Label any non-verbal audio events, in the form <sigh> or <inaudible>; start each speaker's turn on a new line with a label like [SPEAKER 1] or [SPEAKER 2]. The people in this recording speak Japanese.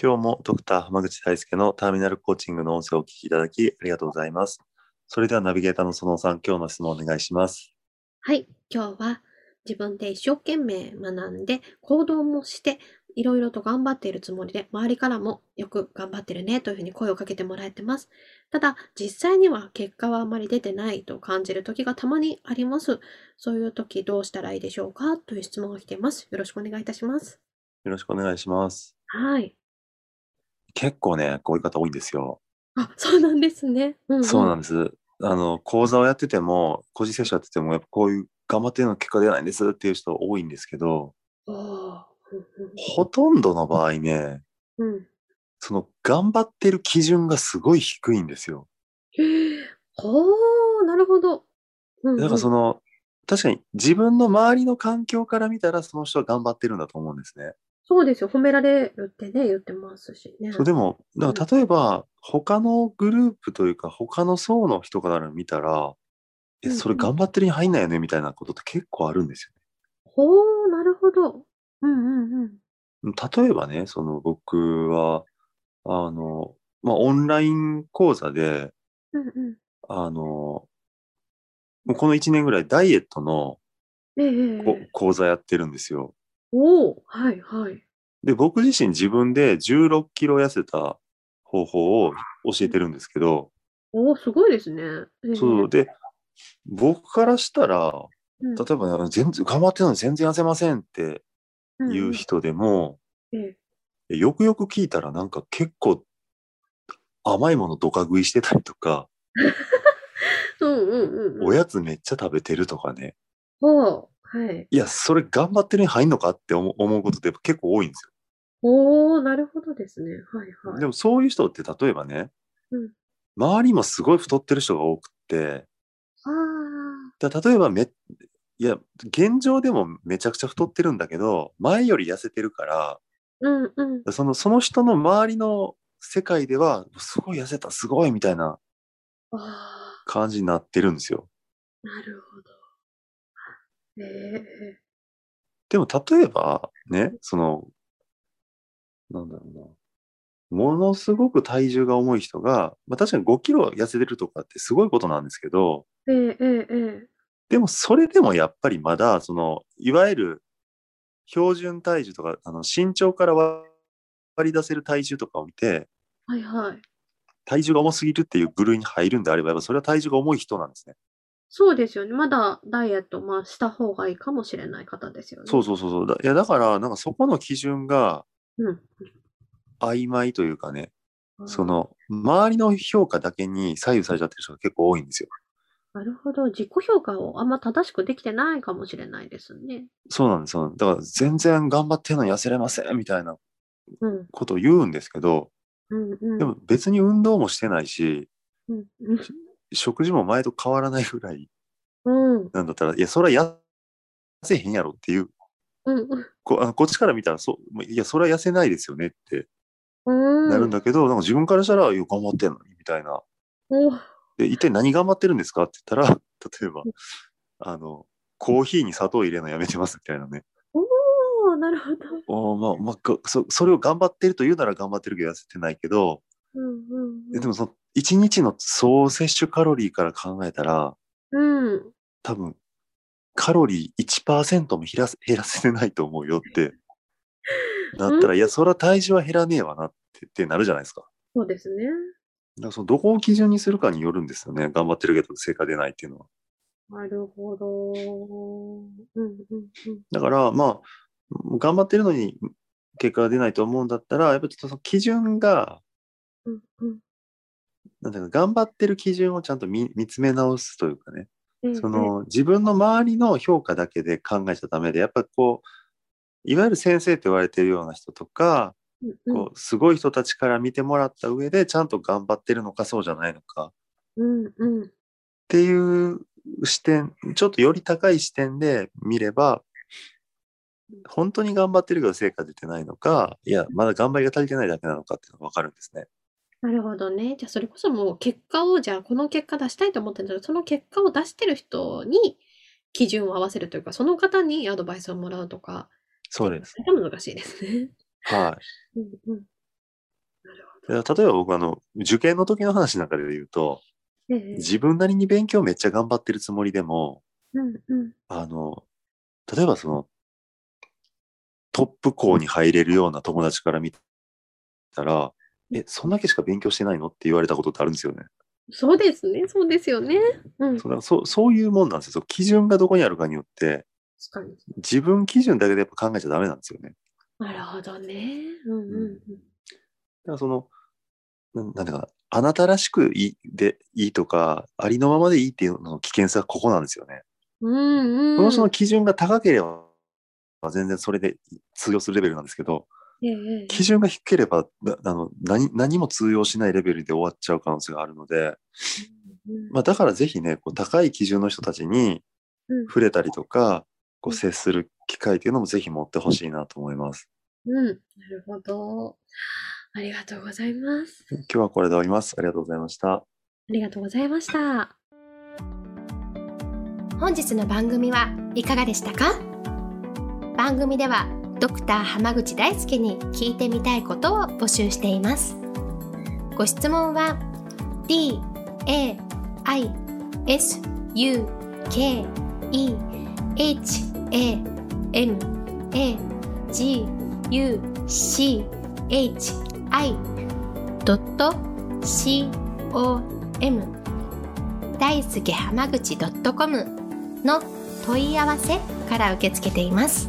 [SPEAKER 1] 今日もドクター濱口大輔のターミナルコーチングの音声をお聞きいただきありがとうございますそれではナビゲーターのそのさん今日の質問お願いします
[SPEAKER 2] はい、今日は自分で一生懸命学んで行動もしていろいろと頑張っているつもりで周りからもよく頑張ってるねというふうに声をかけてもらえてます。ただ実際には結果はあまり出てないと感じる時がたまにあります。そういう時どうしたらいいでしょうかという質問が来ています。よろしくお願いいたします。
[SPEAKER 1] よろしくお願いします
[SPEAKER 2] はい。
[SPEAKER 1] 結構ねこういう方多いんですよ、
[SPEAKER 2] あ、そうなんですね。うんうん、
[SPEAKER 1] そうなんですあの講座をやってても個人セッションやっててもやっぱこういう頑張ってるの結果出ないんですっていう人多いんですけど
[SPEAKER 2] おーうん
[SPEAKER 1] ほとんどの場合ね
[SPEAKER 2] うんうん。
[SPEAKER 1] その頑張ってる基準がすごい低いんですよ
[SPEAKER 2] へーおー、なるほど。うんうん
[SPEAKER 1] だからその確かに自分の周りの環境から見たらその人は頑張ってるんだと思うんですね
[SPEAKER 2] そうですよ。褒められるってね、言ってますしね。
[SPEAKER 1] そうでも、だから例えば、他のグループというか、他の層の人から見たら、え、
[SPEAKER 2] うんうん
[SPEAKER 1] それ頑張ってるに入んないよねみたいなことって結構あるんです
[SPEAKER 2] ほう、なるほど。うんうんうん。
[SPEAKER 1] よね。例えばね、その僕は、あの、まあ、オンライン講座で、
[SPEAKER 2] うんうん。
[SPEAKER 1] あの、もうこの1年ぐらいダイエットの
[SPEAKER 2] え
[SPEAKER 1] こ
[SPEAKER 2] え
[SPEAKER 1] 講座やってるんですよ。
[SPEAKER 2] おおはいはい。
[SPEAKER 1] で、僕自身自分で16キロ痩せた方法を教えてるんですけど、
[SPEAKER 2] おおすごいですね。ええ
[SPEAKER 1] そう、で、僕からしたら、
[SPEAKER 2] うん
[SPEAKER 1] 例えばね、あの全然頑張ってるのに全然痩せませんって
[SPEAKER 2] うん
[SPEAKER 1] いう人でも、
[SPEAKER 2] うんええ
[SPEAKER 1] よくよく聞いたらなんか結構甘いものドカ食いしてたりとか、
[SPEAKER 2] うんうんうんうん。
[SPEAKER 1] おやつめっちゃ食べてるとかね。
[SPEAKER 2] ほうはい。
[SPEAKER 1] いや、それ頑張ってるに入んのかって思う思うことってやっぱ結構多いんです
[SPEAKER 2] おおなるほどですね。はい
[SPEAKER 1] よ。
[SPEAKER 2] はい。
[SPEAKER 1] でもそういう人って例えばね、
[SPEAKER 2] うん
[SPEAKER 1] 周りもすごい太ってる人が多くて、
[SPEAKER 2] ああ
[SPEAKER 1] だ例えばめ、いや、現状でもめちゃくちゃ太ってるんだけど、前より痩せてるから、
[SPEAKER 2] うんうん。
[SPEAKER 1] そのその人の周りの世界では、すごい痩せた、すごいみたいな
[SPEAKER 2] ああ
[SPEAKER 1] 感じになってるんですよ。
[SPEAKER 2] なるほど。ええ
[SPEAKER 1] でも例えば、ね、その、なんだろうな、ものすごく体重が重い人が、まあ、確かに5キロ痩せてるとかってすごいことなんですけど、
[SPEAKER 2] えええええ
[SPEAKER 1] でもそれでもやっぱりまだ、その、いわゆる標準体重とか、あの身長から割り出せる体重とかを見て、
[SPEAKER 2] はいはい。
[SPEAKER 1] 体重が重すぎるっていう部類に入るんであれば、やっぱそれは体重が重い人なんですね。
[SPEAKER 2] そうですよね。まだダイエット、まあ、した方がいいかもしれない方ですよね。
[SPEAKER 1] そうそうそうそう。だいや、だから、なんかそこの基準が
[SPEAKER 2] うん。
[SPEAKER 1] 曖昧というかね、その、周りの評価だけに左右されちゃってる人が結構多いんですよ。
[SPEAKER 2] なるほど。自己評価をあんま正しくできてないかもしれないですね。
[SPEAKER 1] そうなんです。そうなんですだから、全然頑張ってるのに痩せれませんみたいな
[SPEAKER 2] うん。
[SPEAKER 1] ことを言うんですけど、
[SPEAKER 2] うんうん。
[SPEAKER 1] でも別に運動もしてないし、
[SPEAKER 2] うんうん
[SPEAKER 1] 食事も前と変わらないぐらい
[SPEAKER 2] うん。
[SPEAKER 1] なんだったら、いや、それは痩せへんやろっていう、
[SPEAKER 2] うん。
[SPEAKER 1] こあのこっちから見たらそう、いや、それは痩せないですよねって
[SPEAKER 2] うん。
[SPEAKER 1] なるんだけど、なんか自分からしたら、いや、頑張ってんのにみたいな。
[SPEAKER 2] お
[SPEAKER 1] で、一体何頑張ってるんですかって言ったら、 <laughs> 例えば、あの、コーヒーに砂糖入れるのやめてますみたいなね。
[SPEAKER 2] おーなるほど。
[SPEAKER 1] おーまあ、まあがそ、それを頑張ってると言うなら頑張ってるけど痩せてないけど、
[SPEAKER 2] うん
[SPEAKER 1] えでもその、一日の総摂取カロリーから考えたら、
[SPEAKER 2] うん。うん。
[SPEAKER 1] 多分、カロリー1%も減らせ <laughs> 減らせてないと思うよって、なったら、いや、それは体重は減らねえわなってってなるじゃないですか。
[SPEAKER 2] そうですね。
[SPEAKER 1] だからそのどこを基準にするかによるんですよね。頑張ってるけど成果出ないっていうのは。
[SPEAKER 2] なるほど。うんうんうん。
[SPEAKER 1] だから、まあ、頑張ってるのに結果が出ないと思うんだったら、やっぱちょっとその基準が、
[SPEAKER 2] うんうん
[SPEAKER 1] なんていうか、頑張ってる基準をちゃんと見見つめ直すというかね、
[SPEAKER 2] ええ
[SPEAKER 1] その自分の周りの評価だけで考えちゃダメで、やっぱこう、いわゆる先生って言われてるような人とか、
[SPEAKER 2] うん
[SPEAKER 1] こうすごい人たちから見てもらった上でちゃんと頑張ってるのかそうじゃないのかっ
[SPEAKER 2] うんうん
[SPEAKER 1] ていう視点ちょっとより高い視点で見れば本当に頑張ってるけど成果出てないのかいやまだ頑張りが足りてないだけなのかっていうのが分かるんですね。
[SPEAKER 2] なるほどね。じゃあそれこそもう結果をじゃあこの結果出したいと思ってるんだけどその結果を出してる人に基準を合わせるというかその方にアドバイスをもらうとか
[SPEAKER 1] そうです。
[SPEAKER 2] それが難しいですね。
[SPEAKER 1] は
[SPEAKER 2] うんうん。なる
[SPEAKER 1] い。例えば僕あの受験の時の話なんかで言うと
[SPEAKER 2] ほど。ええ
[SPEAKER 1] 自分なりに勉強めっちゃ頑張ってるつもりでも
[SPEAKER 2] うんうん。
[SPEAKER 1] あの例えばそのトップ校に入れるような友達から見たら「えそんだけしか勉強してないの?」って言われたことってあるんですよね。
[SPEAKER 2] そうですね。そうですよね。うん。
[SPEAKER 1] それはそうそういうもんなんですよ。そう基準がどこにあるかによって
[SPEAKER 2] 確かに。
[SPEAKER 1] 自分基準だけでやっぱ考えちゃダメなんですよね。
[SPEAKER 2] なるほどね。うんうんうん。
[SPEAKER 1] だからその、ななんていうかな、あなたらしくいいでいいとか、ありのままでいいっていうのの危険さはここなんですよね。
[SPEAKER 2] う
[SPEAKER 1] そ
[SPEAKER 2] んうん。
[SPEAKER 1] の人の基準が高ければ、全然それで通用するレベルなんですけど、
[SPEAKER 2] ええええ
[SPEAKER 1] 基準が低ければ、なあの何何も通用しないレベルで終わっちゃう可能性があるので、
[SPEAKER 2] うん
[SPEAKER 1] まあ、だからぜひね、こう高い基準の人たちに
[SPEAKER 2] うん
[SPEAKER 1] 触れたりとか、こう接する機会っていうのもぜひ持ってほしいなと思います。
[SPEAKER 2] うん。なるほど。ありがとうございます。
[SPEAKER 1] 今日はこれで終わります。ありがとうございました。
[SPEAKER 2] ありがとうございました。
[SPEAKER 3] 本日の番組はいかがでしたか番組ではドクター濱口大輔に聞いてみたいことを募集していますご質問は d a i s u k e h a m a g u c h i c o m 大輔濱口 .com の問い合わせから受け付けています